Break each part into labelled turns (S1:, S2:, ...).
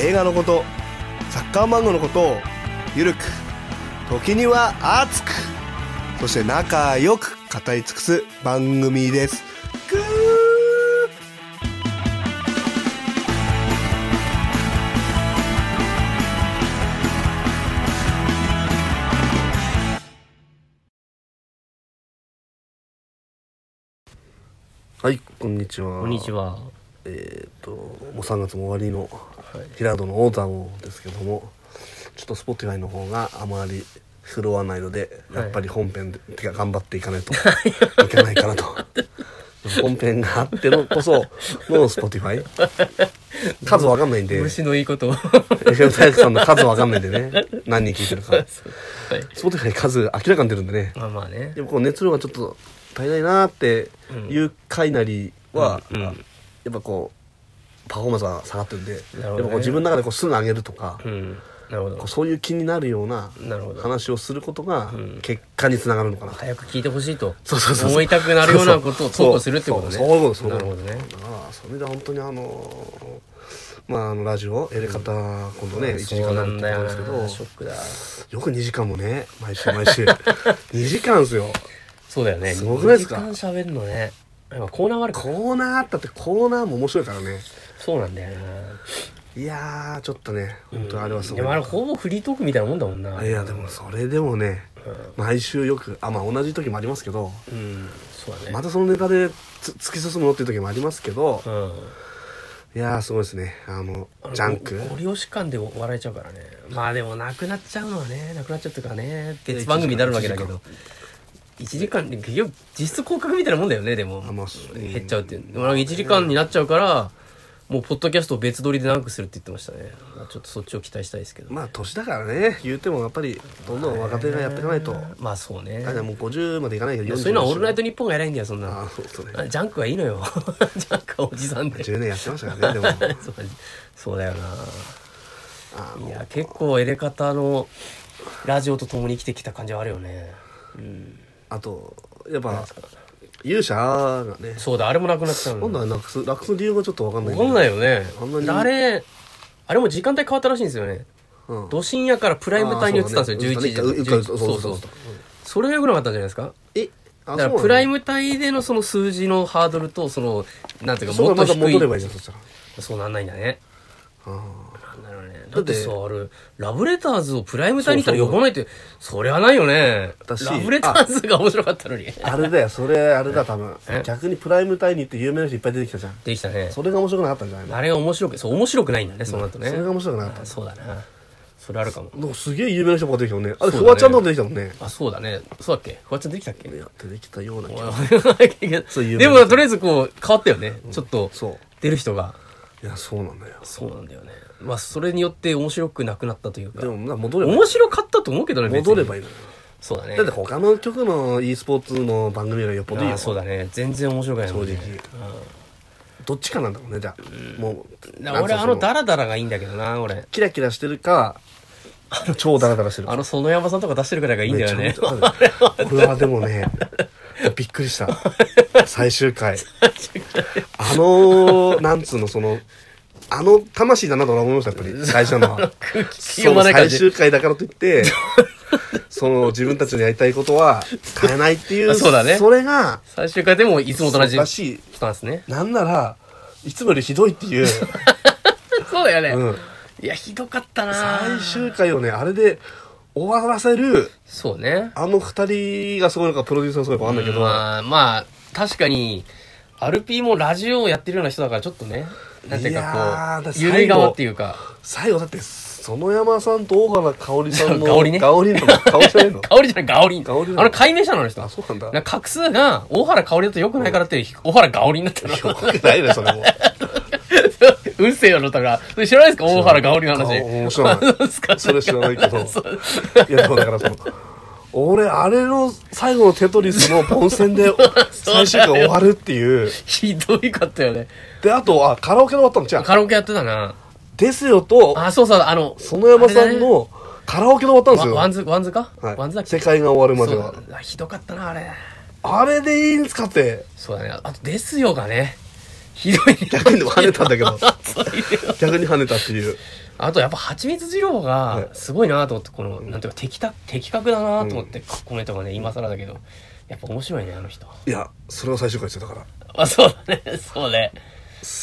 S1: 映画のことサッカー漫画のことをゆるく時には熱くそして仲良く語り尽くす番組ですぐーはい、こんにちは。
S2: こんにちは。
S1: えーっともう3月も終わりの
S2: い
S1: 平戸のオータムですけどもちょっと Spotify の方があまり振るわないので
S2: はい
S1: やっぱり本編で、てか頑張っていか ないといけないかなと本編があってのこその Spotify 数わかんないんで
S2: 虫のいいことを。は
S1: FM 大学さんの数わかんないんで ね何人聞いてるか
S2: い。
S1: Spotify 数明らかに出るんでね
S2: まあまあね
S1: で。もこう熱量がちょっと足りないなーっていう回なりは、
S2: うん
S1: やっぱこうパフォーマンスが下がってるんで
S2: なるほどね
S1: やっぱこう自分の中でこうすぐ上げるとか、
S2: うん。なるほ
S1: こ
S2: ど
S1: う。そういう気になるような
S2: なるほど
S1: 話をすることが
S2: ん
S1: 結果につながるのかな、
S2: 早く聞いてほしいと。
S1: そうそうそう
S2: 思いたくなるようなことを投稿するってことね。
S1: そうそうそうそう
S2: なるほどね。
S1: ああそれで本当にあのーまああのラジオエレカタ今度ね、1時間
S2: そう
S1: な
S2: な
S1: る
S2: ん
S1: と
S2: だ
S1: 思うん
S2: よ
S1: で
S2: な。
S1: す
S2: シ
S1: けど
S2: ョックだ。
S1: よく2時間もね毎週毎 週2時間ですよ
S2: そうだよね。
S1: すごくないですか
S2: 二時間喋るのね。やっぱコーナーがあるから。
S1: コーナーあったってコーナーも面白いからね
S2: そうなんだよ
S1: いやーちょっとね本当にあれはすご
S2: な。
S1: い、
S2: でもあれほぼフリートークみたいなもんだもんな。
S1: いやでもそれでもね、毎週よくあまあ同じ時もありますけど、
S2: うん。そうだね
S1: ま。たそのネタでつ突き進むのっていう時もありますけど、
S2: う
S1: い
S2: ん。
S1: やーすごいですねあの
S2: あの
S1: ジャンク
S2: ごご利用し感で笑えちゃうからねまあでもなくなっちゃうのはねなくなっちゃうとかね別番組になるわけだけど1時間で結局実質広角みたいなもんだよねでも
S1: あまあそう
S2: 減っちゃうっていうでもなんか1時間になっちゃうからもうポッドキャストを別撮りで長くするって言ってましたねまあちょっとそっちを期待したいですけど
S1: まあ年だからね言うてもやっぱりどんどん若手がやっていかないと、
S2: まあそうね
S1: だからもう50までいかないけ
S2: い
S1: ど
S2: や
S1: 40
S2: そういうのは「オールナイ
S1: ト
S2: トニッポン」が偉いんだよそんな
S1: ああ
S2: の
S1: そうですね
S2: あジャンクはいいのよジャンクはおじさんで
S1: 10年やってましたからねでも
S2: そうそうだよな
S1: あの
S2: いや結構エレカタのラジオと共に生きてきた感じはあるよね、うん、
S1: あとやっぱ勇者がね
S2: そうだあれもなくなっちゃう
S1: 今
S2: の
S1: 度はなくすなくす理由がちょっとわかんない
S2: 分かんないよね
S1: あんなに
S2: あれあれも時間帯変わったらしいんですよね
S1: うん
S2: ど深夜からプライム帯に移ったんですよ、11時
S1: あーそうだね
S2: 11時
S1: うん
S2: そう
S1: そう
S2: そ
S1: そううそう
S2: そ
S1: う
S2: それが良くなかったんじゃないですか
S1: えあ
S2: だか
S1: そ
S2: ら
S1: うなの
S2: プライム帯でのその数字のハードルとそのなんていうか
S1: そう
S2: も
S1: だ
S2: っと
S1: また
S2: 低
S1: 戻ればい
S2: い
S1: いじゃんそしたら
S2: そうなんないんだね
S1: あ
S2: なんだろうね
S1: だ
S2: だ
S1: っ
S2: っててさあれラブレターズをプライム帯にいたら呼ばないってそりゃないよね
S1: だし
S2: ラブレターズが面白かったのにで
S1: ーあれだよそれあれだ多分
S2: え
S1: 逆にプライムタイに行って有名な人いっぱい出てきたじゃん
S2: きたね
S1: それが面白くなかったんじゃないの
S2: あれが面白くそう面白くないんだねその後ね
S1: それが面白くなかった
S2: あそうだなそれあるかも
S1: なんかすげえ有名な人ばっか出てきたもんねあれ
S2: そうだ
S1: フ
S2: ね
S1: ワちゃんとか出てきたもんね
S2: あそうだねそうだっけフワちゃんできたっけ
S1: やってできたような気がそういう
S2: でもとりあえずこう変わったよねちょっと
S1: そう
S2: 出る人が
S1: いやそうなんだよ
S2: そうなんだよねまあそれによって面白くなくなったというか
S1: でもな戻れば
S2: 面白かったと思うけどね別に
S1: 戻ればいいのよ
S2: そうだね
S1: だって他の局の e スポーツの番組がよっぽどいい
S2: あ
S1: よ
S2: ーそうだね全然面白くないもんね
S1: 正直どっちかなんだもんねじゃあもう
S2: うん
S1: な
S2: だ
S1: ん
S2: から
S1: つう
S2: 俺あ
S1: そ
S2: のダラダラがいいんだけどな俺
S1: キラキラしてるか超ダラダラしてるか
S2: あの園山さんとか出してるくらいがいいんだよ
S1: め
S2: ね
S1: ちゃめちゃ 俺はでもね、びっくりした。最終回。あのー、なんつうの、その、あの魂だなと俺は思いました、やっぱり。最初のは。
S2: 空気
S1: そ
S2: 読
S1: の
S2: まない感
S1: 最
S2: じ
S1: 終回だからといって、その自分たちのやりたいことは変えないっていう、
S2: あそうだね
S1: それが、
S2: 最終回でもいつもと同じ
S1: らしい。
S2: スタンスね
S1: なんなら、いつもよりひどいっていう、
S2: そうだよね、
S1: うん
S2: いやひどかったな
S1: 最終回をね、あれで終わらせる、
S2: そうね
S1: あの二人がすごいのか、プロデューサーがすごいのかわかんないけど、
S2: まあまあ確かにアルピーもラジオをやってるような人だからちょっとねなんていう
S1: いや
S2: か
S1: ー
S2: こ
S1: だ
S2: う
S1: から
S2: 緩い側っていうか
S1: 最後だって園山さんと大原香織さんの
S2: 香織ね
S1: 香織の香織じゃ ないの
S2: 香りじゃないガオリン
S1: ガオリンなの
S2: あの解明者なのあの人
S1: あそうなんだ
S2: なんか画数が大原香りだと良くないからって大原ガオリンになったの
S1: よくないねそれも
S2: うるせえだろ、だから。それ知らないですか大原香織の話。
S1: 面白い
S2: あそうですかね
S1: それ知らないけど
S2: そう
S1: いやでもだからその俺あれの最後のテトリスの本戦で最終回終わるっていう
S2: ひどいかったよね。
S1: であとあカラオケで終わったのじゃん
S2: カラオケやってたな。
S1: ですよと
S2: あ、そうそう、あの、
S1: 園山さん
S2: あれだね
S1: のカラオケで終わったんです
S2: ワ
S1: よ
S2: ワンズ、ワンズか
S1: はい
S2: ワンズだっけ
S1: 世界が終わるまでは
S2: そうあひどかったな、あれ。
S1: あれでいいんですかって
S2: そうだね。あと、ですよがね。ひどい ね。
S1: 逆に跳ねたんだけど
S2: そういう
S1: 逆に跳ねたっていう
S2: あとやっぱ蜂蜜二郎がすごいなと思ってこの、なんていうか的た的確だなと思って、このネタがね今更だけどやっぱ面白いねあの人
S1: いやそれが最終回ですよだから
S2: あそうだねそうね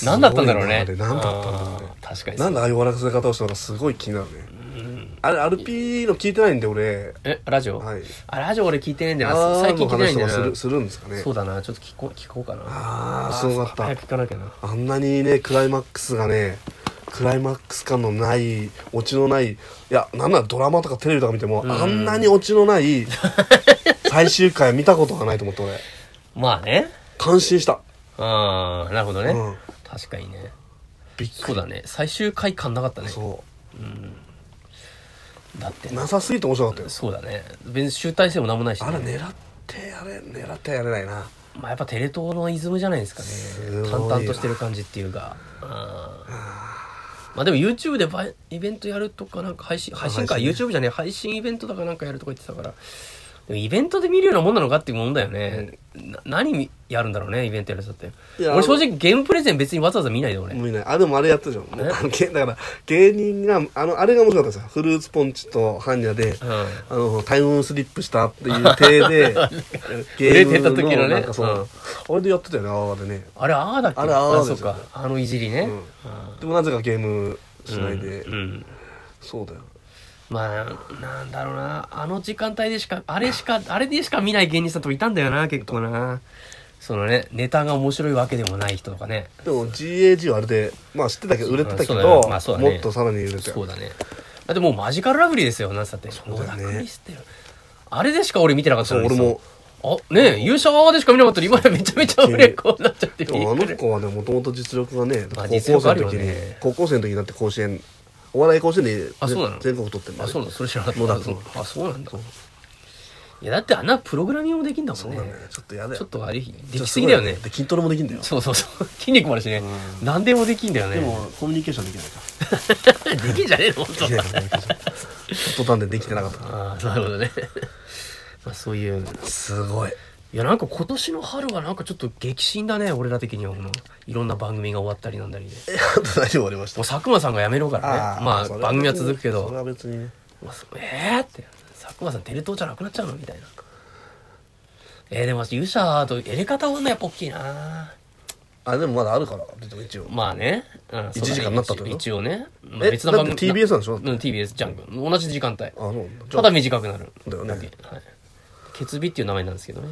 S2: 何だったんだろうね
S1: すごいなあれ何だったんだろうね
S2: あー確かに
S1: なんでああいう笑かせ方をしたのかすごい気になるね
S2: うん
S1: あれ RP の聞いてないんで俺
S2: えラジオ、
S1: はい
S2: あラジオ俺聞いてないんだよ
S1: あ
S2: な
S1: ー
S2: 最近聞いてないん
S1: の
S2: だ
S1: 話
S2: よ
S1: とかす
S2: な
S1: るするんですかね
S2: そうだなちょっと聞こう聞こうかな
S1: ああすごか
S2: 早
S1: っ
S2: く聞かなきゃな
S1: たあんなにねクライマックスがねクライマックス感のないオチのないいやなんならドラマとかテレビとか見ても、あんなにオチのない 最終回は見たことがないと思って俺
S2: まあね
S1: 感心した
S2: ああなるほどね、
S1: うん
S2: 確かにね
S1: びっく
S2: そうだね最終回感なかったね
S1: りそ
S2: だって
S1: うなさすぎて面白かったよ
S2: そうだね別に集大成もなんもないし、ね、
S1: あれ狙ってやれ狙ってやれないな
S2: まあ、やっぱテレ東のイズムじゃないですか
S1: すご
S2: ね
S1: い
S2: 淡々としてる感じっていうかあまあでも YouTube でバイイベントやるとかなんか配信配信か
S1: 配
S2: YouTube じゃねえ配信イベントだかなんかやるとか言ってたからでもイベントで見るようなもんなのかっていうもんだよね、な何やるんだろうねイベントやる人って
S1: いや
S2: 俺正直ゲームプレゼン別にわざわざ見ないで俺
S1: もういないあでもあれやったじゃん
S2: え
S1: あの げだから芸人があのあれが面白かったですよフルーツポンチとハンニャで、
S2: ん
S1: あのタイムスリップしたっていう体 で
S2: 売れてた時のね
S1: なんかそう
S2: うん
S1: あれでやってたよねああでね
S2: あれああだっけ
S1: あれああです
S2: そ
S1: よ
S2: っかあのいじりね、あ
S1: でもなぜかゲームしないで、
S2: ーうん
S1: そうだよ
S2: まあなんだろうなあの時間帯でしかあれし かあれでしか見ない芸人さんとかいたんだよな結構なそのねネタが面白いわけでもない人とかね
S1: でも GAG はあれでまあ知ってたけど売れてたけ
S2: そう
S1: ど、
S2: だよまあそうだね
S1: もっとさらに売れて
S2: そうだねだってもうマジカルラブリーですよなんつったってそう
S1: だよね
S2: ラクリステルあれでしか俺見てなかったのにさ
S1: そう俺も
S2: あねえ優勝でしか見なかったら今やめちゃめちゃ売れっ子になっちゃって
S1: で
S2: る
S1: もあの子はねもともと実力がね
S2: まあ
S1: 高校
S2: 実力
S1: 生
S2: あるよ
S1: の時
S2: ね
S1: に、高校生の時になって甲子園お笑い甲子園でね、
S2: あそうなの
S1: 全国取ってんだ
S2: あ
S1: よ
S2: そうなのそれ知らなか
S1: 野
S2: っ
S1: 田
S2: た
S1: 君
S2: あそうなんだいやだってあんなプログラミングもできんだもん
S1: そう
S2: ね
S1: なんだよちょっとやだよ
S2: ちょっとあれできすぎだよね
S1: で筋トレもできんだよ
S2: そうそうそう。筋肉もあるしね。何でもできんだよね。
S1: でもコミュニケーションできないか
S2: できんじゃねえの本 当
S1: できないコミュニケーション途端でできてなかったか
S2: ああ、なるほどね。 まあそういう。
S1: らすごい
S2: いや、なんか今年の春はなんかちょっと激震だね、俺ら的には。このいろんな番組が終わったりなんだりで。
S1: えあと何終わりまし
S2: も
S1: た
S2: う佐久間さんが辞めろからね。まあ
S1: それ
S2: 番組は続くけ
S1: それ
S2: ど。
S1: は別にね
S2: まあそうえーって。佐久間さんテレ東じゃなくなっちゃうのみたいな。えー、でも勇者とエレカタはね、やっぱ大きいな
S1: あでもまだあるからでも一応
S2: まあね。うん、そうだね
S1: 一時間になったってこと
S2: 一応ね。まあ
S1: え
S2: 別の番組。
S1: だって TBS なんでしょ
S2: うん、TBS ジャンク。同じ時間帯。
S1: あそう
S2: ただ短くなる
S1: だよね
S2: はい、ケツビっていう名前なんですけどね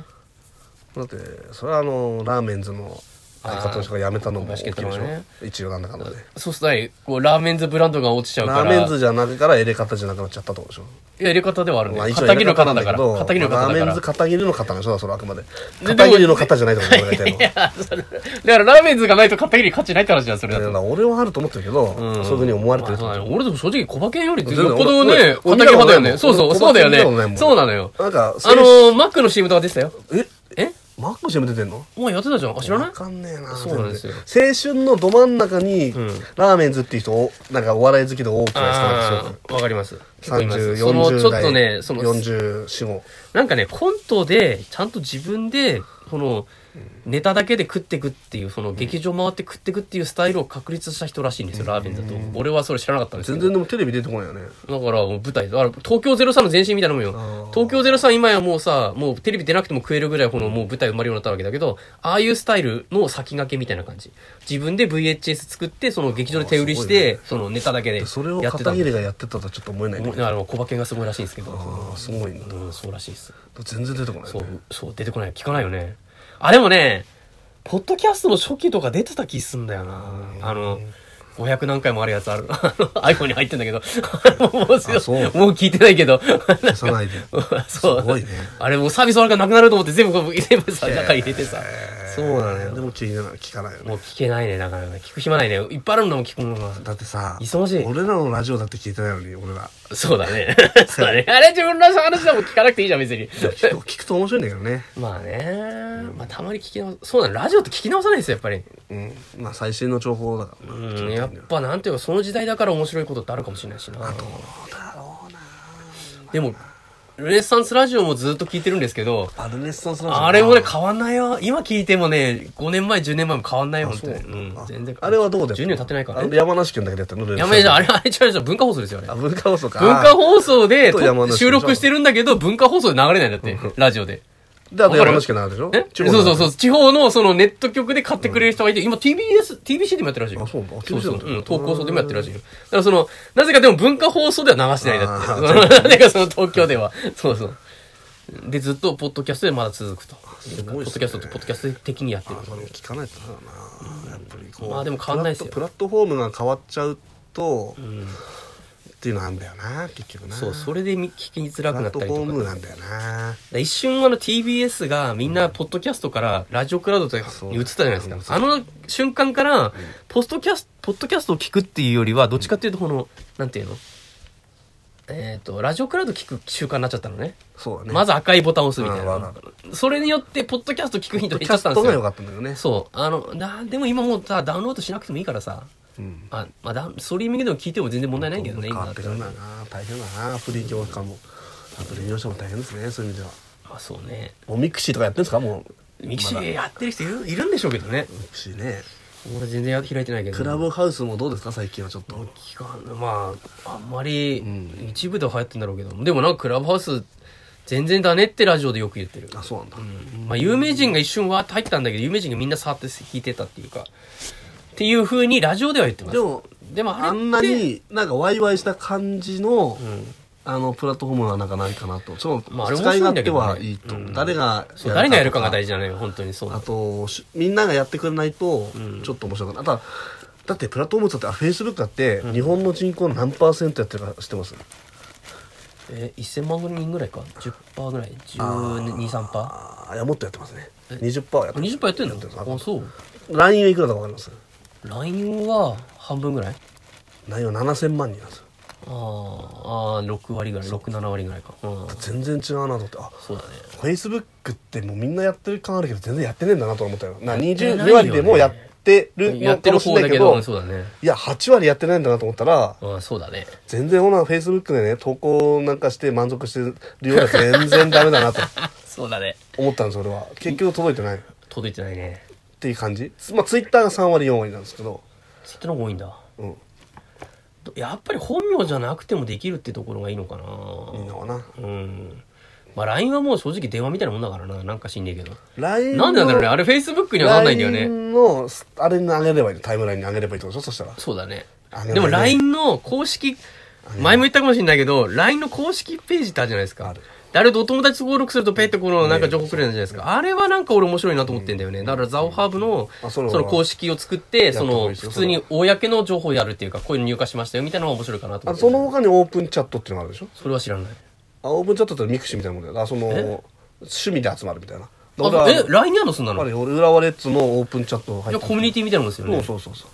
S1: だってそれはあのラーメンズの相方の人が辞めたのも
S2: あ
S1: 大
S2: ー
S1: きいでし
S2: バスケットのね
S1: ょ一応なんだかんだで
S2: そうするとこうラーメンズブランドが落ちちゃうから
S1: ラーメンズじゃなくから入れ方じゃなくなっちゃったってことでしょ
S2: いや入れ方ではあるね、
S1: まあ一応
S2: 片桐の方だから
S1: 入れ方なん
S2: 片桐の
S1: けどラ
S2: 方だ
S1: ー
S2: か
S1: メ
S2: ら
S1: ンズ片桐の方でしょそれはあくまで
S2: で
S1: 片桐の方じゃないってこと思う俺が言いたいの
S2: いやそれだからラーメンズがないと片桐勝ちないって話じゃんそれだ
S1: いやだ
S2: と、
S1: から俺はあると思ってるけど、そういうふうに思われて
S2: ま
S1: る
S2: あ
S1: ってこと
S2: そうだね、俺でも正直小馬券よりずっ
S1: 全然
S2: とこの
S1: 俺
S2: ね
S1: 俺
S2: 片桐派だよ
S1: 俺
S2: ねそうそう
S1: 俺
S2: そうだ
S1: 小
S2: よ
S1: 馬券見たことないも
S2: ね
S1: ん
S2: そうなのよあ
S1: なんか
S2: のーマックの CM とか出てたよ
S1: え
S2: え
S1: マックの CM 出てんの
S2: お前やってたじゃんあ知らない
S1: わかんねえな
S2: そうなんですよ
S1: 全然青春のど真ん中に、ラーメンズっていう人をなんかお笑い好きで多くない
S2: あーわかります結構い
S1: 人
S2: ま
S1: が
S2: す
S1: す
S2: そ
S1: ごく
S2: のち
S1: 3040
S2: ょっとね
S1: 代
S2: その
S1: 4445
S2: なんかね、コントで、ちゃんと自分で、この、ネタだけで食ってくっていう、その劇場回って食ってくっていうスタイルを確立した人らしいんですよ、ラーメンだと。俺はそれ知らなかったんです
S1: 全
S2: けど。
S1: 然でもテレビ出てこないよね
S2: だから、もう舞台、だから東京03の前身みたいなもんよ。東京03今やもうさ、もうテレビ出なくても食えるぐらい、このもう舞台生まれるようになったわけだけど、ああいうスタイルの先駆けみたいな感じ。自分で VHS 作って、その劇場で手売りして、そのネタだけでやって
S1: それを
S2: た
S1: 片
S2: んで
S1: 桐がやってたとはちょっと思えないね
S2: だから小馬券がすごいらしいんですけど。
S1: ああすごいな
S2: うん、そうらしいです。
S1: 全然出てこない
S2: そ
S1: ね
S2: う、そう、出てこない。聞かないよね。あ、でもね、ポッドキャストの初期とか出てた気すんだよな。あの、500何回もあるやつある。 あの、iPhone に入ってん だけど。もうもう
S1: そう
S2: もう聞いてないけど。
S1: 消さないで
S2: そう。
S1: すごいね
S2: あれもうサービスあるからなくなると思って全部こう、全部さ、中に入れてさ。そうなのよ
S1: でも聞いてない聞かないよね
S2: もう聞けないね、なかなか。聞く暇ないね。いっぱいあるんだもん、聞くものが。
S1: だってさ
S2: 忙しい
S1: 俺らのラジオだって聞いてないのに俺ら
S2: そうだね。 そうだね。あれ自分の話だもん聞かなくていいじゃん、別に。
S1: 聞く聞くと面白いんだけどね
S2: まあね。まあたまに聞き直す。そうなの、ラジオって聞き直さないんですよ、やっぱり。
S1: うんまあ最新の情報だから
S2: う
S1: な、
S2: ん、やっぱなんていうか、その時代だから面白いことってあるかもしれないしな。でも、ルネッサンスラジオもずっと聞いてるんですけど、
S1: あルネッサンスラジオ
S2: あれもね、変わんないよ。今聞いてもね、5年前、10年前も変わんないよ、本当に。
S1: そう
S2: うん、全然
S1: あれはどこで
S2: 10年経ってないから
S1: あ
S2: ね。
S1: 山梨県だけでやったのルネッサ
S2: や
S1: ン
S2: めじゃん、あれ、あれ違う違う、文化放送ですよ、あれ
S1: あ。文化放送か
S2: 文化放送で
S1: あと山梨
S2: 収録してるんだけど、文化放送で流れないんだって、ラジオで。
S1: であと山梨県なんでしょ
S2: え
S1: 中
S2: そ
S1: 国なん
S2: うそ
S1: だ
S2: うそう。地方のそのネット局で買ってくれる人がいて、今 TBS、TBC でもやってるらしいよ。
S1: あそうか
S2: そうそう。
S1: TBC
S2: うん。東高層でもやってるらしいよ。だからその、なぜかでも文化放送では流してないんだ
S1: あー
S2: って。なぜかその東京では。そうそう。で、ずっとポッドキャストでまだ続くと。
S1: すご
S2: ポ
S1: い
S2: ッ
S1: っ
S2: ド
S1: す
S2: キャ
S1: ね
S2: ストとポッドキャスト的にやってる
S1: あ。それも聞かないとなやっぱりこう
S2: まあでも変わんないっすよ
S1: プラットプラットフォームが変わっちゃうと、っていうのなんだよな結局な
S2: そう、それでみ聞きづら
S1: プ
S2: くな
S1: ラッ
S2: っ
S1: ト
S2: た
S1: フ
S2: りと
S1: ォー
S2: か。
S1: ムなんだよな
S2: だから一瞬あの TBS がみんなポッドキャストからラジオクラウドとかに移ったじゃないですか。あの瞬間から、ポストキャスト、ポッドキャストを聞くっていうよりは、どっちかっていうとこの、なんていうのえっ、と、ラジオクラウド聞く習慣になっちゃったのね。
S1: そうだね
S2: まず赤いボタンを押すみたい
S1: うんわ
S2: な
S1: か。
S2: それによって、ポッドキャスト聞く頻度
S1: キ
S2: 減っちゃ
S1: ャ
S2: っ
S1: ス
S2: たんで
S1: ト
S2: す
S1: が良か
S2: よ。
S1: ったんだよね
S2: そう。あの、な、でも今もうさ、ダウンロードしなくてもいいからさ。
S1: うん
S2: あ、まあダウン、ストリーミングでも聞いても全然問題ないけどね、
S1: 変
S2: 今
S1: わ
S2: だ
S1: っ
S2: ってた
S1: く
S2: ら
S1: るん
S2: ね
S1: だな大変だなアプリ業界もアプリ業者も大変ですねそういう意味では
S2: まあそうね。
S1: もうミクシーとかやってるんですかもう
S2: ミキシ
S1: まだ
S2: ーやってる人いるいるんでしょうけどね。
S1: ミクシーね
S2: 俺全然開いてないけど。
S1: クラブハウスもどうですか最近はちょっと
S2: 期間まああんまり一部では流行ってんだろうけど、でもなんかクラブハウス全然だねってラジオでよく言ってる、
S1: あそうなんだ、
S2: まあ、有名人が一瞬わーって入ってたんだけど有名人がみんな触って弾いてたっていうかっていうふうにラジオでは言ってます
S1: でも
S2: でもあれって
S1: あんなになんかワイワイした感じの、
S2: ん
S1: あのプラットフォームはなんかないかなとちょっと、
S2: まああれ面
S1: 使
S2: 白
S1: い
S2: いん
S1: 勝
S2: だけ
S1: 手
S2: どね
S1: はいいと、誰が
S2: そう誰がやるかが
S1: 事
S2: 大事なのよ本当にそう
S1: あとしみんながやってくれないとちょっと面白くない、あとだってプラットフォームだってあフェイスブックだって日本の人口の何パーセントやってるか知ってます、
S2: え1000万人ぐらいか10%ぐらい1213%20%
S1: ああいやもっとやってますね20%はやってます
S2: やってんの
S1: やって
S2: あ
S1: ます
S2: そう
S1: LINE はいくらだか分かります
S2: LINE は半分ぐらい
S1: LINE は7000万人なんですよ
S2: あーあー6割ぐらい67割ぐらいかうん
S1: 全然違うなと思ってあ
S2: そうだね
S1: フェイスブックってもうみんなやってる感あるけど全然やってねえんだなと思ったよな
S2: てないよね
S1: 22割でもやってる
S2: や
S1: の
S2: っ
S1: か
S2: てる
S1: もし
S2: 方
S1: れな
S2: だ
S1: いけ
S2: け
S1: ど
S2: ど、そうだね。
S1: いや8割やってないんだなと思ったら
S2: うん、そうだね。
S1: 全然ほなフェイスブックでね投稿なんかして満足してる ような全然ダメだなと
S2: そうだね。
S1: 思ったんです俺は結局届いてないっ
S2: 届いてないね。
S1: ていう感じまあツイッターが3割4割なんですけど
S2: ツイッターの方が多いんだ。
S1: うん
S2: どやっぱり本名じゃなくてもできるってところがいいのか
S1: みんなはな
S2: な。うん。まあ LINE はもう正直電話みたいなもんだからな。なんかしんねえけど。
S1: LINE
S2: なんでなんだろうね。あれ Facebook にはなんないんだよね。
S1: LINE のあれに上げればいいのタイムラインに上げればいいってことでしょそしたら
S2: そうだね
S1: あ。れはね
S2: でも LINE の公式、前も言ったかもしれないけど、LINE の公式ページってあるじゃないですか。
S1: あ
S2: あ
S1: る
S2: れでお友達登録するとペってこのなんか情報くれるじゃないですか。あれはなんか俺面白いなと思ってんだよね。だからザオハーブの
S1: あ
S2: そ
S1: それは
S2: の公式を作って、
S1: った
S2: そ
S1: 方がいい
S2: の
S1: ですよ
S2: 普通に公の情報をやるっていうか、こういうの入荷しましたよみたいなのが面白いかなと
S1: あ
S2: 思って。
S1: その他にオープンチャットっていうのがあるでしょ
S2: それは知らない。
S1: あオープンチャットってミクシーみたいなもんだよなその趣味で集まるみたいな
S2: あ
S1: 俺は
S2: え、LINE にあるのそんな
S1: やっぱ
S2: の
S1: り
S2: い
S1: 俺浦和レッズのオープンチャットが入
S2: や、
S1: ってる
S2: コミュニティみたいなもんですよね。
S1: そうそうそうそう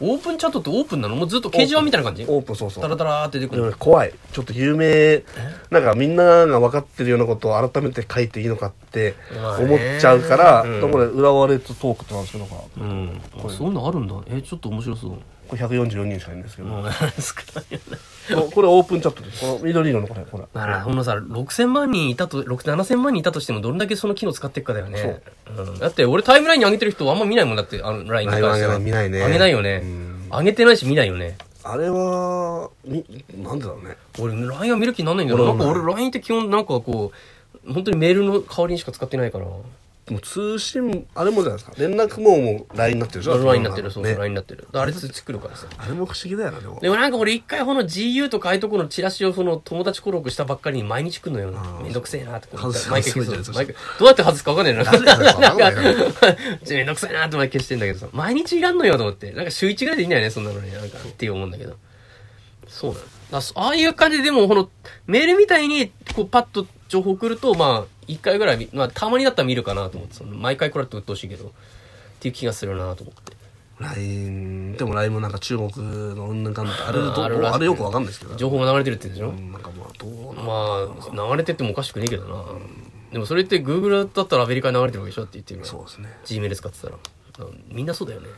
S2: オープンチャットってオープンなのもうずっと掲示板みたいな感じ
S1: オープンそうそう
S2: タラタラーって出てく
S1: でも
S2: る
S1: ね。怖いちょっと有名なんかみんなが分かってるようなことを改めて書いていいのかって
S2: まあね
S1: 思っちゃうから、だから浦和レッズトークってなんですけどこ
S2: うん。あそんなのあるんだ。え、ちょっと面白そう。
S1: れ144人しかいないんですけど、
S2: もう 少ないよね。
S1: ここれオープンチャットですこの緑色のこれこれ
S2: だから、ほんのさ、6000万人いたと、6 7000万人いたとしても、どれだけその機能使っていくかだよね。うん、だって、俺タイムラインに上げてる人あんま見ないもんだって、あの、ラインとか
S1: ラインは見ないね
S2: 上げないよね。上げてないし見ないよね。
S1: あれはみなんでだろうね
S2: 俺、ラインは見る気になんないんだよな。なん
S1: 俺
S2: か
S1: もない
S2: 俺、ラインって基本なんかこう、本当にメールの代わりにしか使ってないから。
S1: もう通信あれもじゃないですか連絡ももう LINE になってるでしょ
S2: ラインになってる、そう、
S1: ね
S2: ラインになってる。だからあれつ作るからさ。
S1: あれも不思議だよなでも
S2: でもなんか俺一回この GU とかああいうとこのチラシをその友達登録したばっかりに毎日来るのよな。めんどくせえなって思って
S1: 外す
S2: 毎回消
S1: 外すじ
S2: す
S1: ゃない
S2: 毎回どうやって外すかわかんないな。なん か、なん
S1: わか
S2: か
S1: んない
S2: めんどくせえなって毎回消してんだけどさ。毎日いらんのよと思って。なんか週1ぐらいでいいんだよね、そんなのに。なんかって思うんだけど。そうなの。だからそああいう感じででもこのメールみたいにこうパッと情報送ると、まあ、一回ぐらい見、まあ、たまにだったら見るかなと思って、その毎回これって鬱陶しいけど、っていう気がするなと思って。
S1: LINE でも LINE もなんか中国のうんぬんかんぬんってあれ
S2: うん
S1: ど
S2: あるらしい
S1: あれよくわかんないですけど
S2: 情報が流れてるって言うんでしょ、
S1: うんなんかまあどうな
S2: まあ、流れてってもおかしくねえけどな。でもそれって Google だったらアメリカに流れてるわけでしょって言ってる
S1: そうですね
S2: Gmail 使ってたら。うんみんなそうだよね。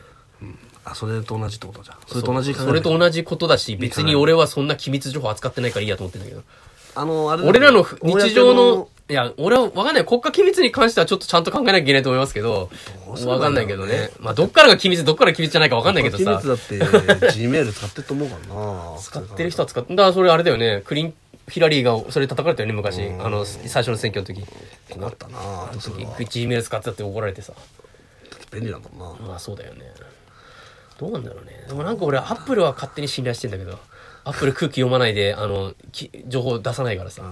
S1: あそれと同じってことじゃんそれと同じ考え
S2: それと同じことだし、別に俺はそんな機密情報扱ってないからいいやと思ってんだけど。
S1: あのあれだよ
S2: 俺らのふ
S1: 公
S2: 日常の
S1: の、
S2: いや、俺はわかんない。国家機密に関してはちょっとちゃんと考えなきゃいけないと思いますけど
S1: どうす、ればい
S2: わ
S1: いんだろうね
S2: かんないけどね。まあ、どっからが機密、どっから機密じゃないかわかんないけど
S1: 機
S2: さ
S1: 密。だって G メール使ってると思うからな
S2: 使ってる人は使って、だからそれあれだよね。クリン、ヒラリーがそれ叩かれたよね、昔。あの、最初の選挙の時。
S1: 困ったなあとそれは
S2: Gmail 使ってたって怒られてさ。
S1: 便利なんだもんな
S2: まあそうだよねどうなんだろうねでもなんか俺アップルは勝手に信頼してんだけどアップル空気読まないであのき情報出さないからさ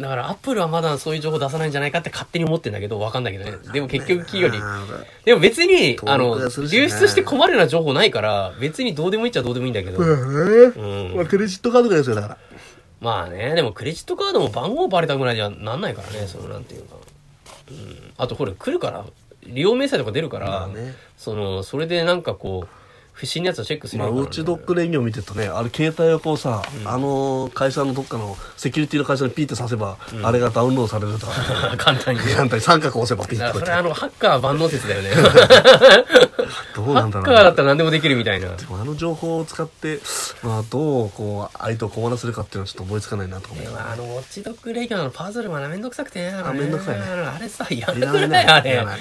S2: だからアップルはまだそういう情報出さないんじゃないかって勝手に思ってんだけどわかんないけどねでも結局企業に
S1: あー
S2: でも別にあの
S1: 登録はするしね
S2: 流出して困るような情報ないから別にどうでもいいっちゃどうでもいいんだけど
S1: うんまあクレジットカードぐらいですよだから
S2: まあねでもクレジットカードも番号バレたぐらいじゃなんないからねそのなんていうかうんあとほら来るから利用明細とか出るから、
S1: まあね
S2: そのそれでなんかこう不審なやつをチェックする
S1: まあ、
S2: よ
S1: ウ
S2: う
S1: ォ
S2: にな
S1: ッ
S2: る
S1: チ
S2: からね
S1: ドック連業見てるとね、あれ携帯をこうさ、あの会社のどっかのセキュリティの会社にピーって刺せば、あれがダウンロードされるとか、
S2: 簡単に ね
S1: 反対三角押せばピッ
S2: だから
S1: てこ
S2: そうれ
S1: や
S2: あ
S1: って。
S2: のハッカー万能説だ よね
S1: どう
S2: ハ
S1: なんだ
S2: ッ
S1: ろ
S2: カ
S1: う
S2: ーだ
S1: な
S2: ったら何でもできるみたいな
S1: でもあの情報を使って、まあ、どうこう相手を困らせるかっていうのはちょっと思いつかないなとか思う。
S2: あのウォッチドックレイヤーのパズルもなめんどくさくてねあのね
S1: あめんどくさいね
S2: あのあれさや
S1: い
S2: め
S1: ら
S2: な
S1: な
S2: く
S1: い
S2: ないあれ
S1: いら
S2: あの
S1: ない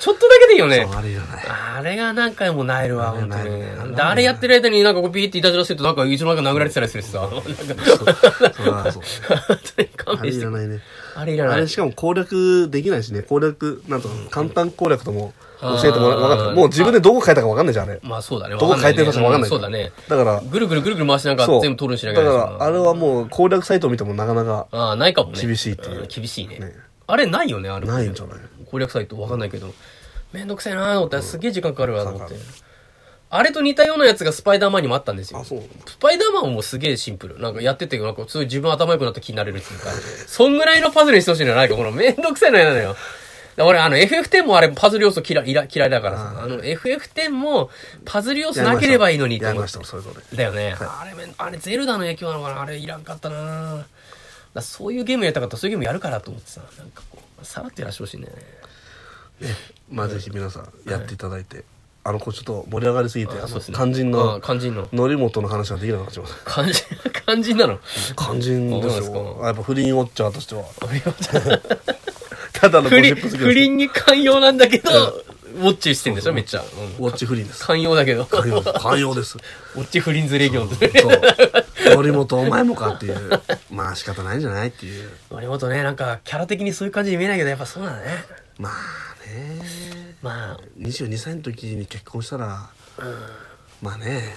S2: ちょっとだけでいいよね
S1: そうあれじゃ ない。
S2: あれが何回もなえるわ、
S1: あれ
S2: 本当
S1: 萎え
S2: に
S1: るねあれ。ね
S2: であれやってる間になんかこうピーっていたじらせると、なんかいつの間にか殴られてたりする しさ。なんか、
S1: そうあそう
S2: 本当に勘
S1: あれ
S2: 弁
S1: い
S2: して
S1: ら。ないね。
S2: あれいら
S1: あ
S2: ない
S1: れ。しかも攻略できないしね、攻略、なんとか簡単攻略とも教えてもらわかんない。もう自分でどこ書いたかわかんないじゃん、あれ。
S2: まあそうだね。
S1: どこ書いてるかしかわかんない。
S2: うそうだね。
S1: だから、
S2: ぐるぐるぐるぐる回しなんか
S1: そう
S2: 全部取るしなき
S1: だ
S2: ゃいけ
S1: か
S2: ないし
S1: らあれはもう攻略サイトを見てもなかなか
S2: ああ、ないかもね。
S1: 厳しいっていうん
S2: 厳しいね
S1: ね。
S2: あれないよね、あれ。
S1: ないんじゃない
S2: 攻略サイトわかんないけど。めんどくせえなと思ったらすげえ時間かかるわと思って。あれと似たようなやつがスパイダーマンにもあったんですよ。
S1: そう
S2: スパイダーマンもすげえシンプル。なんかやってて、なんかすごい自分頭良くなった気になれるっていうか、そんぐらいのパズルにしてほしいのはないか、このめんどくさいの嫌なのよ。だから俺、あの、FF10 もあれ、パズル要素嫌い嫌い嫌いだからさ、あの、FF10 も、パズル要素なければいいのにと
S1: やり
S2: 思っ
S1: ましてた。それぞれ
S2: だよね。あれめん、あれ、ゼルダの影響なのかなあれ、いらんかったなだからそういうゲームやりたかったら、そういうゲームやるからと思ってさ、なんかこう、さらってやらしてほしいんだよね。
S1: まあぜひ皆さんやっていただいて、あの子ちょっと盛り上がりすぎてあの
S2: そうですね
S1: 肝心
S2: あ
S1: の
S2: 肝心の
S1: 則本の話ができなくなっちゃい ます
S2: 肝心、肝心なの。
S1: 肝心で
S2: あ
S1: す
S2: そうなんです
S1: よ
S2: か
S1: やっぱ不倫ウォッチャーとしては ただのゴ
S2: 不
S1: シッ
S2: 倫、
S1: プ好きです
S2: 不倫に寛容なんだけど、ウォッチしてんでしょ、めっちゃ。うん
S1: ウォッチ不倫です
S2: 寛容だけど。
S1: 寛容寛容です
S2: ウォッチ不倫ズレギョンズ。
S1: そう則本お前もかっていうまあ仕方ないんじゃないっていう
S2: 森本ね、なんか、キャラ的にそういう感じに見えないけど、やっぱそうなんだね。
S1: まあね
S2: まあ、
S1: 22歳の時に結婚したら、まあね、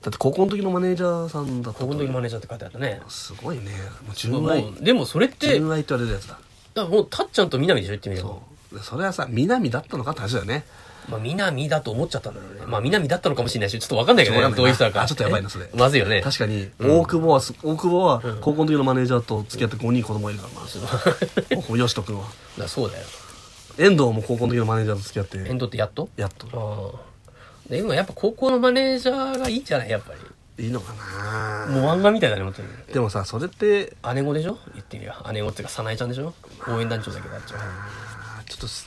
S1: だって高校の時のマネージャーさんだった
S2: こ
S1: と
S2: この時マネージャーって書いてあったね。
S1: すごいねもう
S2: まあ
S1: 純愛
S2: もうでもそれって、だ
S1: 純
S2: か
S1: 愛って言われるやつだ
S2: らもう、たっちゃんとみなみでしょ、言ってみれば。
S1: そうそれはさ南だったのかって話だよね
S2: まあ、南だと思っちゃったんだろうね。まあ、南だったのかもしれないし、ちょっとわかんないけど
S1: わ
S2: ね、
S1: かん
S2: どういう人だか。
S1: あちょっとやばいなそれ
S2: まずいよね。
S1: 確かに大久保はす大久保は高校の時のマネージャーと付き合って5人子供がいる からなよしと君は
S2: だからそうだよ。
S1: 遠藤も高校の時のマネージャーと付き合っ
S2: エン
S1: て
S2: ドってやっと
S1: やっと
S2: ああ。で、今やっぱ高校のマネージャーがいいんじゃないやっぱり。
S1: いいのかな
S2: もう漫画みたいだね、本当に。
S1: でもさそれって
S2: 姉子でしょ言ってみれば。姉子っていうか、さなえちゃんでしょ応援団長だけど、あっちは。
S1: あちょっとす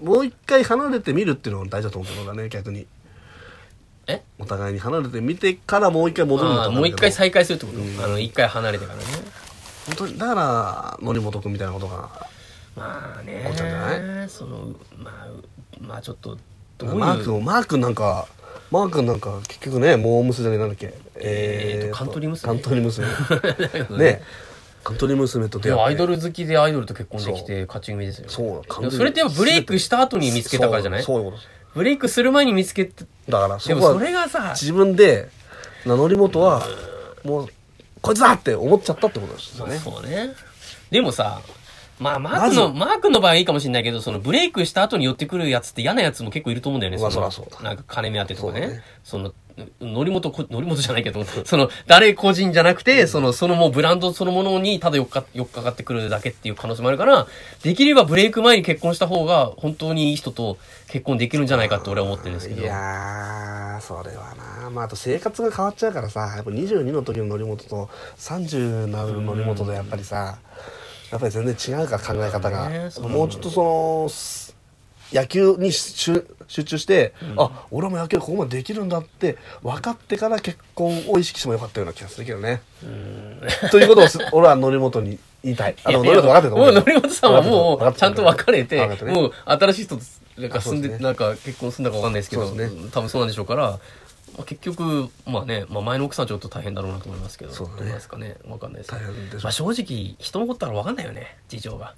S1: もう一回離れてみるっていうのも大事だと思うけどね逆に
S2: え
S1: お互いに離れてみてからもう一回戻るのと
S2: ああ
S1: 思
S2: も
S1: う
S2: うん一
S1: だけ
S2: 回
S1: ど
S2: 再開するってこと、あの、一回離れてからね。
S1: 本当にだから則本君みたいなことが
S2: まあね。
S1: 思っちゃうんじ
S2: その、まあ、うまあちょっと、どういう。
S1: マー君マー君なんかマー君なんか結局ねモームスじゃねえなんだっけ
S2: えーとカントリー娘
S1: カントリー 娘
S2: だよ
S1: ねカントリー娘と出
S2: で
S1: 会って
S2: アイドル好きでアイドルと結婚でき
S1: そ
S2: て勝ち組ですよね
S1: そう
S2: でもそれってやっぱブレイクした後に見つけたからじゃない
S1: そうそういうことです
S2: ブレイクする前に見つけて
S1: だからそ
S2: で
S1: こ
S2: も
S1: は
S2: それがさ
S1: 自分でな則本はもうこいつだって思っちゃったってことですよね
S2: そうねでもさまあマークの、
S1: ま
S2: マークの場合はいいかもしれないけど、そのブレイクした後に寄ってくるやつって嫌なやつも結構いると思うんだよね。
S1: まあ
S2: の
S1: そらそう
S2: なんか金目当てとかね。
S1: そうだね
S2: その、乗り元こ、乗り元じゃないけど、 その、誰個人じゃなくて、その、そのもうブランドそのものにただよっか、よっかかってくるだけっていう可能性もあるから、できればブレイク前に結婚した方が、本当にいい人と結婚できるんじゃないかって俺は思ってるんですけど。
S1: いやーそれはなまああと生活が変わっちゃうからさやっぱ22の時の乗り物と30の乗り物とやっぱりさやっぱり全然違うから考え方が、
S2: ねそうなんだよ
S1: もうちょっとそのす野球に集集中して、あ俺も野球ここまでできるんだって分かってから結婚を意識してもよかったような気がするけどね。ということをす俺は乗り物に言いたい。あの乗り物分かってると
S2: も
S1: 思
S2: う
S1: うけど
S2: 乗本さんはも
S1: 分かっ
S2: う、
S1: て
S2: ちゃんと別れて、
S1: 分かってね
S2: もう新しい人と、なんか住ん
S1: あそうで
S2: で、
S1: すね
S2: なんか結婚するんだかわかんないですけど、
S1: そうですね
S2: うん多分そうなんでしょうから、まあ結局、まあね、まあ前の奥さんはちょっと大変だろうなと思いますけど、
S1: そうだね
S2: どうですかね、わかんないですけど。
S1: 大変でしょう
S2: まあ正直、人のことだからわかんないよね、事情が。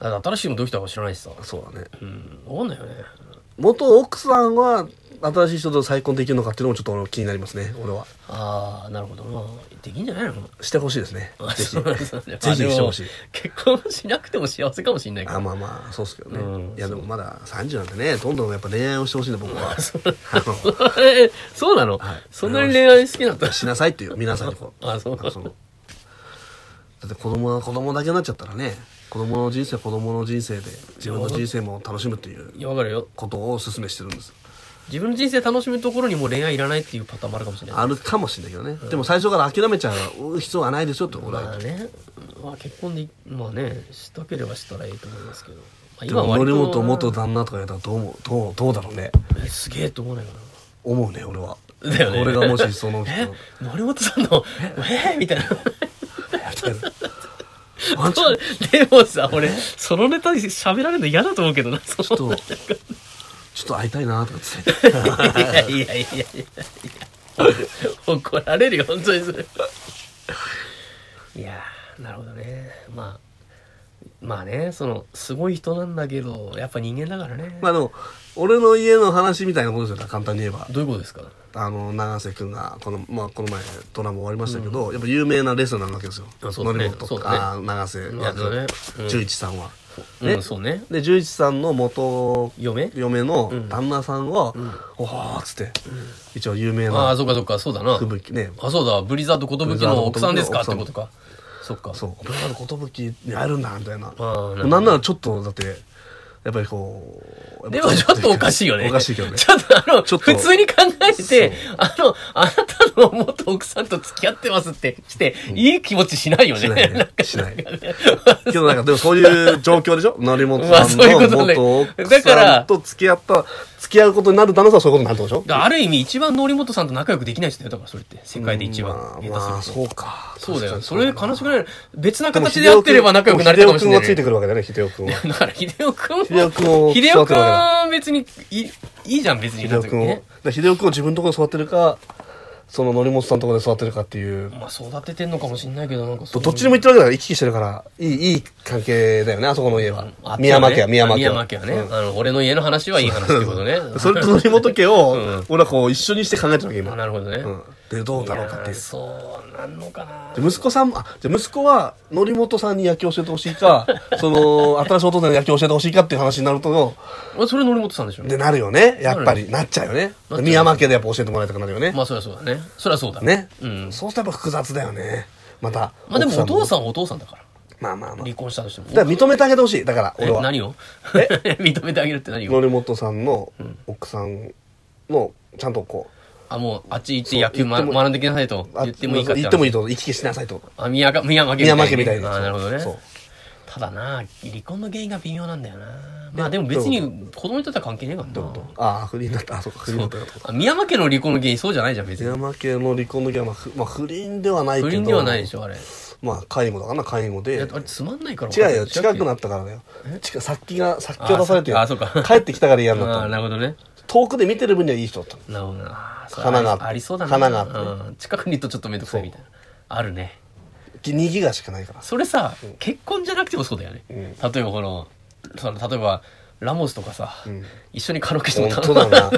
S2: だから新しいのどういう人だか知らないしさ。
S1: そうだね。
S2: うん、わかんないよね。
S1: 元奥さんは新しい人と再婚できるのかっていうのもちょっと俺気になりますね俺は
S2: ああ、なるほど。まあ、できんじゃないの
S1: してほしいですね
S2: あ
S1: ぜひ
S2: そうなんですね
S1: ぜひしてほしい
S2: 結婚しなくても幸せかもしれないから
S1: あ。まあまあそうっすけどね、
S2: うん
S1: いやでもまだ30なんでねどんどんやっぱ恋愛をしてほしいんで僕はあ
S2: えそうなの、そんなに恋愛好きなんだっ
S1: のしなさいっていう皆さんにこ う
S2: たあ、そう
S1: あそのだって子供は子供だけになっちゃったらね子供の人生は子供の人生で自分の人生も楽しむっていう
S2: いや、わかるよ。
S1: ことをお勧めしてるんです
S2: 自分の人生楽しむところにもう恋愛いらないっていうパターンもあるかもしれない。
S1: あるかもしれないけどね、でも最初から諦めちゃう必要はないですよって俺は言
S2: ま
S1: っ
S2: あ
S1: て
S2: ね、まあ結婚で、まあね、したければしたらいいと思いますけど。まあ、
S1: でも
S2: と
S1: 森本元旦那とかやったらどう思うどうどうだろうね
S2: えすげえと思わないかな。
S1: 思うね俺は
S2: だよね
S1: 俺がもしその人
S2: え森本さんの、えみた いな。
S1: あんちゃん
S2: でもさ、俺、そのネタ喋られるの嫌だと思うけどな、そ
S1: ちょっと
S2: の
S1: ちょっと会いたいなとかって
S2: いやいやいやいやいや怒られるよ本当にそれいやーなるほどねまあまあねそのすごい人なんだけどやっぱ人間だからね、
S1: まあでも俺の家の話みたいなことですよね簡単に言えば
S2: どういうことですか
S1: あの永瀬君がこの,、まあ、この前ドラマ終わりましたけど、やっぱ有名なレスラーなわけですよ
S2: あそうだ
S1: ノ
S2: ね
S1: リモト
S2: そ
S1: と
S2: うだね
S1: か、永瀬
S2: まあそうだねうん
S1: 十一さんは、
S2: ね、うん、そうね
S1: で十一さんの元
S2: 嫁
S1: 嫁の旦那さんは「おお」っつって、一応有名
S2: ああ
S1: な
S2: そうかそうかそうだな
S1: 吹雪ね
S2: あそうだブリザード寿の奥さんですかっ
S1: ブリザ
S2: て
S1: ード寿
S2: ことかそっか
S1: そう、俺らの寿に会えるんだ、みたいな。
S2: ーなるほど
S1: なんならちょっと、だって、やっぱりこう、
S2: でもちょっとおかしいよね。
S1: おかしいけどね。
S2: ちょっとあの、
S1: ちょっと
S2: 普通に考えて、あの、あなたの元奥さんと付き合ってますってして、いい気持ちしないよね。
S1: しないね
S2: んか
S1: しないけどなんか、でもそういう状況でしょ成本
S2: まあ
S1: さん
S2: そういう
S1: の
S2: ことね
S1: 元奥
S2: だか
S1: さ
S2: ら
S1: んと付き合った、付き合うことになる旦那さんはそういうことになるってことでしょ
S2: だからある意味一番則本さんと仲良くできない人だよ。だからそれって。世界で一番。
S1: まあ、
S2: 下手する
S1: まあ、
S2: と
S1: そうか。
S2: そうだよ。そ
S1: 確か
S2: れ
S1: に
S2: 悲しくない。別な形でやってれば仲良くなれたかもしれ
S1: で
S2: な
S1: も秀夫君はついて
S2: い。
S1: くるわけだよね、秀夫君は。
S2: だから、秀夫君も。
S1: 秀夫君を
S2: 秀夫
S1: 育て
S2: 君
S1: るわけだ
S2: は別にいい、いいじゃん、別に。
S1: 秀夫君を。だ
S2: ね
S1: から秀夫君を自分のところで育てるか、その成本さんのところで育てるかっていう。
S2: まあ、育ててんのかもしれないけど、なんかそ
S1: ど
S2: う
S1: どっちにも行ってるわけだから行き来してるからいいいい関係だよねあそこの家は
S2: あっちはね
S1: 宮間家は宮間家
S2: 宮間家はね、あの、俺の家の話はいい話ってことね。
S1: それと則本家を俺はこう一緒にして考えてるわけ
S2: あ
S1: 今、
S2: なるほどね。
S1: うん、でどうだろうかっていう
S2: そうなんのかな
S1: で息子さんもあじゃあ息子は則本さんに野球を教えてほしい かその新しいお父さんに野球を教えてほしいかっていう話になると
S2: あそれ則本さんでしょ
S1: でなるよねやっぱりなっちゃうよね
S2: なっちゃう
S1: 宮間家でやっぱ教えてもらいたくなるよね、
S2: まあそりゃそうだねそりゃそうだ
S1: ね、
S2: うん
S1: そうするとやっぱ複雑だよねまた
S2: まあでもお
S1: 奥
S2: 父
S1: さ
S2: さんはお父さんだから
S1: んもまあまあまあ
S2: 離婚したとしても
S1: だから認めてあげてほしいだから俺
S2: え
S1: は
S2: 何を
S1: え
S2: 認めてあげるって何を
S1: 則本さんの奥さんのちゃんとこ
S2: あもうあっち行って野球、ま、
S1: そう言っても
S2: 学んできなさいと
S1: うあ
S2: 言ってもいいかって
S1: 言ってもいいと行き来しなさいと
S2: あ宮が宮負け
S1: 宮負けみたい
S2: な
S1: な
S2: あなるほどね
S1: そう
S2: ただな離婚の原因が微妙なんだよなまあでも別に子供にとっては関係ねえからな
S1: ああ不倫だったあそうか不倫だったよと
S2: あ宮負けの離婚の原因そうじゃないじゃん別に
S1: 宮間家の離婚の時は、まあふまあ、不倫ではないけど
S2: 不倫ではないでしょあれ
S1: まあ介護だからな介護
S2: いや
S1: で
S2: あれつまんないから
S1: 違うよ近くな
S2: っ
S1: ったからだよ近殺気が殺気を出されて
S2: ああそうか
S1: 帰ってきたから嫌にな
S2: ああ
S1: っ
S2: ー
S1: た
S2: な
S1: の
S2: るほどね
S1: 遠くで見てる分にはいい人だったの
S2: なるほどな。あーそれ
S1: 花があって
S2: ありそうだな。
S1: 花があ
S2: うん近くにいるとちょっとめんどくさいみたいな。あるね。
S1: 2ギガしかないから
S2: それさ、結婚じゃなくてもそうだよね。
S1: ん
S2: 例えばこの、その、例えば、ラモスとかさ、一緒にカラオケしても
S1: 本当だな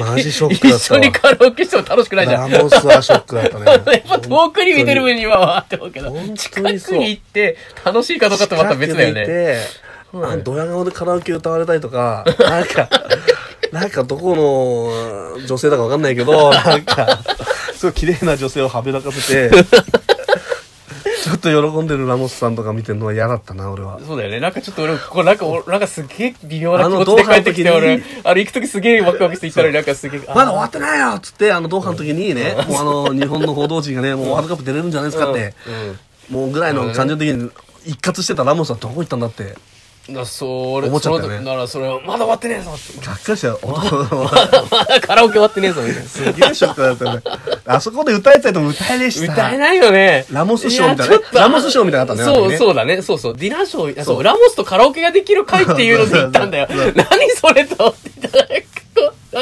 S1: マジショックだったわ
S2: 一緒にカラオケしても楽しくないじ
S1: ラ
S2: ゃん。
S1: モスはショックだった
S2: や
S1: ね
S2: っぱ遠くに見てる分にはわーって思うけど
S1: 本当、に
S2: 近く
S1: そう
S2: に行って楽しいかどうかとまた別だよね。
S1: 近くにいてあのドヤ顔でカラオケ歌われたりとか、なんか、なんかどこの女性だかわかんないけ ど、なんか、すごい綺麗な女性をはべらかせて、 ちょっと喜んでるラモスさんとか見てるのは嫌だったな、俺は。
S2: そうだよね。なんかちょっと俺、これなんか、俺なんかすげえ微妙な
S1: あ
S2: 気
S1: の
S2: 持ちで帰ってきて、
S1: 動画の時
S2: 俺
S1: に、
S2: あれ行くときすげえワクワクして行ったのになんかすげえ、
S1: まだ終わってないよっつって、あの、ドーハの時にね、もうあの、日本の報道陣がね、もうワールドカップ出れるんじゃないですかって、もうぐらいの感情的に一括してたラモスはどこ行ったんだって、
S2: なそれ
S1: 思っちゃったよね
S2: そのならそれまだ終わってねえぞって
S1: がっかりしたよ、男の
S2: まだカラオケ終わってねえぞみたいな
S1: すげえショックだったよね。 あそこで歌えたとも歌えねえしさ。
S2: 歌えないよね
S1: ラモスショーみたいなね
S2: やちょっと
S1: ラモスショーみたいなのあったね
S2: そう
S1: あれね
S2: そうだねそうそうディナーショーあそ
S1: そ
S2: う
S1: う
S2: ラモスとカラオケができる会っていうので行ったん だよ何それと思ってたら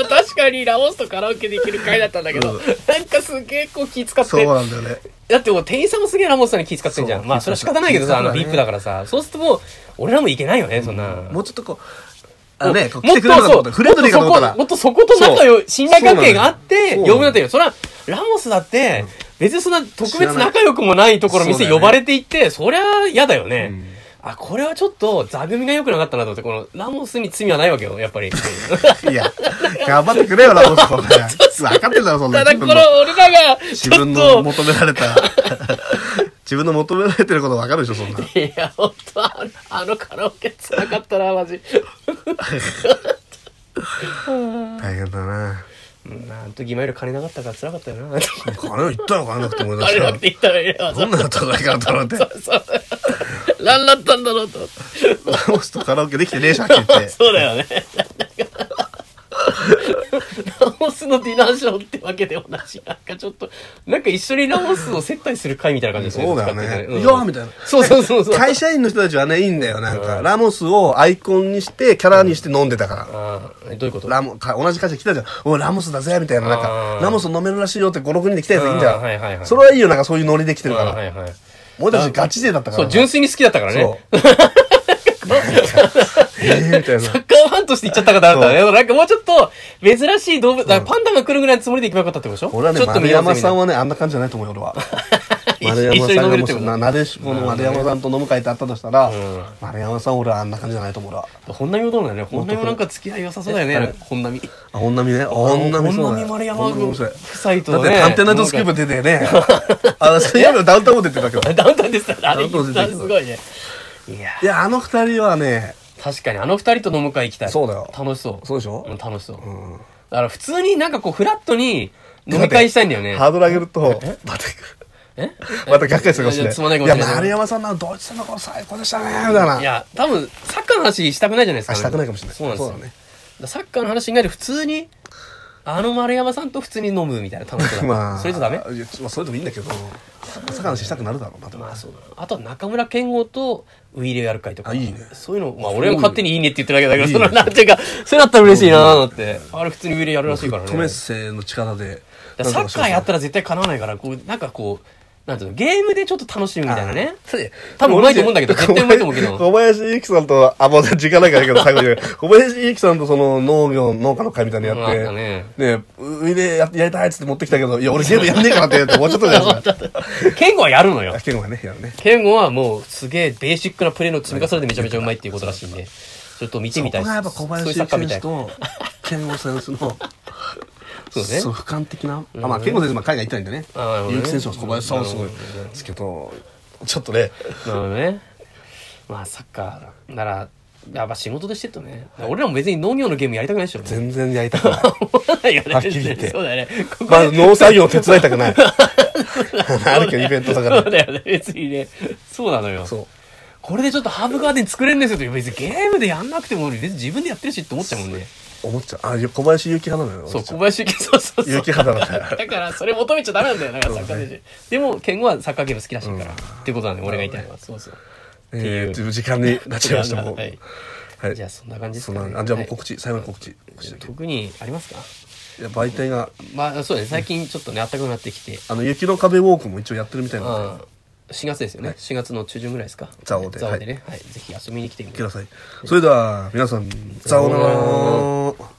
S2: あ確かにラモスとカラオケできる会だったんだけど、なんかすげえこう気使っ
S1: そう
S2: て
S1: なんだよね。
S2: だってもう店員さんもすげえラモスさんに気使ってんじゃん
S1: そう
S2: まあそれは仕方ないけどさあの
S1: 気
S2: ビ
S1: 遣
S2: ッ
S1: うからね
S2: プだからさそうするともう俺らもいけないよねそんな、
S1: もうちょっとこう、あのね、こう来てくれるかと
S2: も
S1: 思
S2: っ
S1: っ
S2: と
S1: た。フレンドリーかと思ったら
S2: もっ。とそこもっとそこと仲良い、信頼関係があっ
S1: そうな
S2: て、呼
S1: の
S2: ぶようになってるよ。それは、ラモスだって、別にそんな特別仲良くもないところ、
S1: 知らない
S2: 店呼ばれていって、そりゃ嫌だよね。あ、これはちょっと、座組が良くなかったなと思って、この、ラモスに罪はないわけよ、や っぱり。
S1: いや、頑張ってくれよ、ラモス これ。分かってるだろ、そん
S2: た
S1: な
S2: だ、
S1: 自
S2: こ
S1: 分
S2: の
S1: の。、
S2: 俺らが、
S1: 自
S2: ちょ
S1: 分
S2: っ
S1: の
S2: と、
S1: 求められた。 自分の求められてること分かるでしょ、そんな。
S2: いや、ほんと、あのあのカラオケ辛かったな、マジ。
S1: 大変だな。
S2: うん、あの時今より金なかったから辛かったよ な。
S1: 金は言ったのかなくて思い出
S2: 金
S1: し
S2: なく
S1: た。
S2: て言ったらいい よ、
S1: どんな戦い方だろうって。ラ
S2: そう。何だったんだろう と思って。
S1: モスとカラオケできてねえしゃって言って。
S2: そうだ よね。ラモスのディナーショーってわけでもなし、なんかちょっと、なんか一緒にラモスを接待する会みたいな感じですね。
S1: そうだよ
S2: どっちかっ
S1: ね。
S2: てうと
S1: いやみたいな。
S2: そうそうそうそう。
S1: 会社員の人たちはね、いいんだよ、なん
S2: う
S1: か。
S2: ん
S1: ラモスをアイコンにして、キャラにして飲んでたから。
S2: ああ、えどういうこと
S1: ラモか同じ会社来たじゃん。おい、ラモスだぜ、みたいな。なん
S2: あ
S1: か
S2: ー、
S1: ラモス飲めるらしいよって5、6人で来たやついいんじ
S2: あー
S1: ゃ
S2: はいはいは
S1: ん。
S2: い
S1: それはいいよ、なんかそういうノリで来てるか
S2: ああ
S1: ら。
S2: はいはい。
S1: 俺たちガチ勢だったから。
S2: そう、純粋に好きだったからね。
S1: そう。えーみたいな。
S2: サッカーファンとして行っちゃった方だったね。なんかもうちょっと、珍しい動物、だからパンダが来るぐらいのつもりで行けばよかったってことでしょ
S1: 俺は
S2: ち
S1: ね、
S2: ょっと
S1: 丸
S2: 見ようぜ
S1: 山さん
S2: み
S1: はね、あんな感じじゃないと思うよ、俺 は。
S2: たいな
S1: 丸
S2: 一緒
S1: 山
S2: に
S1: さ
S2: 飲
S1: ん
S2: め
S1: が
S2: るっ
S1: も
S2: て
S1: し、
S2: こ
S1: な、なでしこの丸山さんと飲む会ってあったとしたら、丸山さん俺はあんな感じじゃないと思う、俺は。
S2: と。本並もどうなんだよね。本並もなんか付き合い良さそうだよね。なんか本並。
S1: あ、本並ね。あ本並そうだ
S2: 本
S1: ね
S2: 並丸山
S1: 本並
S2: 君
S1: 面
S2: 夫
S1: 白い
S2: 妻と
S1: だっ
S2: ね。
S1: て、探偵ナイトスク ープ出てね。あ、水曜日のダウンタウンも出てたけど。
S2: ダウンタウンですから、あれ、
S1: ダウンタウンです
S2: すごいね。いや、
S1: いや、あの二人はね、
S2: 確かにあの二人と飲む会行きたい。
S1: そうだよ
S2: 楽しそう。
S1: そうでしょ
S2: うん楽しそう。だから普通になんかこう、フラットに飲み会したいんだよね。
S1: ハードル上げると、また、
S2: え
S1: またがっかりするかもしれ
S2: や
S1: な
S2: や
S1: い。
S2: つまんないかもしれない
S1: や、丸山さんなのドイツの子最高でしたね、みたいな。
S2: いや、多分、サッカーの話したくないじゃないですか。
S1: あしたくないかもしれない
S2: そうなんですよ。
S1: そうだ
S2: だ
S1: ね
S2: からサッカーの話以外で普通に、あの丸山さんと普通に飲むみたいな楽しさ。
S1: まあ、
S2: それじゃダメ
S1: いやまあ、それでもいいんだけど、朝から話したくなるだろうな、と
S2: まあそうだなあとは中村健吾とウイレをやる会とか。
S1: あいいね
S2: そういうの、まあ俺は勝手にいいねって言ってるだけだけど、そのなんていうか、それだったら嬉しいなーなんて。あれ普通にウイレやるらしいからね。
S1: トメッセの力で。
S2: だからサッカーやった
S1: ら、
S2: ら絶対叶わないから、こう、なんかこう、なんていうの、ゲームでちょっと楽しむみたいなね。多分うまいと思うんだけど、絶対うまいと思うけ ど。
S1: 小林ゆきさんと、あ、もう時間ないからいいけど、最後に。小林ゆきさんとその農業、農家の会みたいなのやっ
S2: う
S1: て
S2: んあった、ね
S1: ね、上でややりたいっつって持ってきたけど、いや、俺ゲームやんねえからって言って、もうちょっとじゃないで すか。
S2: 健吾はやるのよ
S1: あ、。ケンゴがね、やるね。
S2: 健吾はもうすげえベーシックなプレーの積み重ねでめちゃめちゃうまいっていうことらしいんで、ちょっと見てみたい
S1: そこがやっぱ小
S2: そういう
S1: 林
S2: サ
S1: ゆ
S2: ッ
S1: き
S2: カーみ
S1: 選手。
S2: たい
S1: と、ケンゴ選手の、
S2: そうね
S1: 俯瞰的な。あ、まあ、ケンゴ選手も海外行ったんでね
S2: あなるほ。どね
S1: ゆき選手は小林さんはすごいですけど、ちょっとね、
S2: なるほどね。 まあサッカーなら、やっぱ仕事でしてるとね。俺らも別に農業のゲームやりたく ないでしょ。
S1: 全然やりたく ない。
S2: 思わないよね。
S1: はっきり言って
S2: そうだよね。ここ
S1: まあ、農作業を手伝いたくない。 あるけど、イベントだか
S2: そう
S1: ら。
S2: だよね。別にね。そうなのよ。
S1: そう。
S2: これでちょっとハーブガーデン作れるんですよって別にゲームでやんなくても別に自分でやってるしって思っちゃうもんね。
S1: 思っちゃう。あ、いや小林ゆき派なのよ。
S2: そう、
S1: 俺
S2: 小林幸そうそうそう。
S1: 有機肌だから
S2: だから、それ求めちゃダメなんだよ、なんかサッカー選手。でも、健吾はサッカーゲーム好きらしいから。っていうことなんで、俺が言いたいのは。そうそう。
S1: えー、時間になっちゃいま した、もう。
S2: は
S1: はいい。
S2: じゃあ、そんな感じです
S1: そ
S2: か
S1: ん
S2: ね。
S1: な、あ、じゃあもう
S2: はい
S1: 告知、最後に告知。告知だけ
S2: 特にありますか
S1: いや、媒体が、
S2: まあ、そうですね。最近ちょっとね、暖かくなってきて。
S1: あの、雪の壁ウォークも一応やってるみたいなので、
S2: あ4月ですよね。4月の中旬ぐらいですか。
S1: 蔵王で
S2: 蔵王でね。はい。ぜひ遊びに来てみて
S1: ください。それでは、皆さん、さようなら。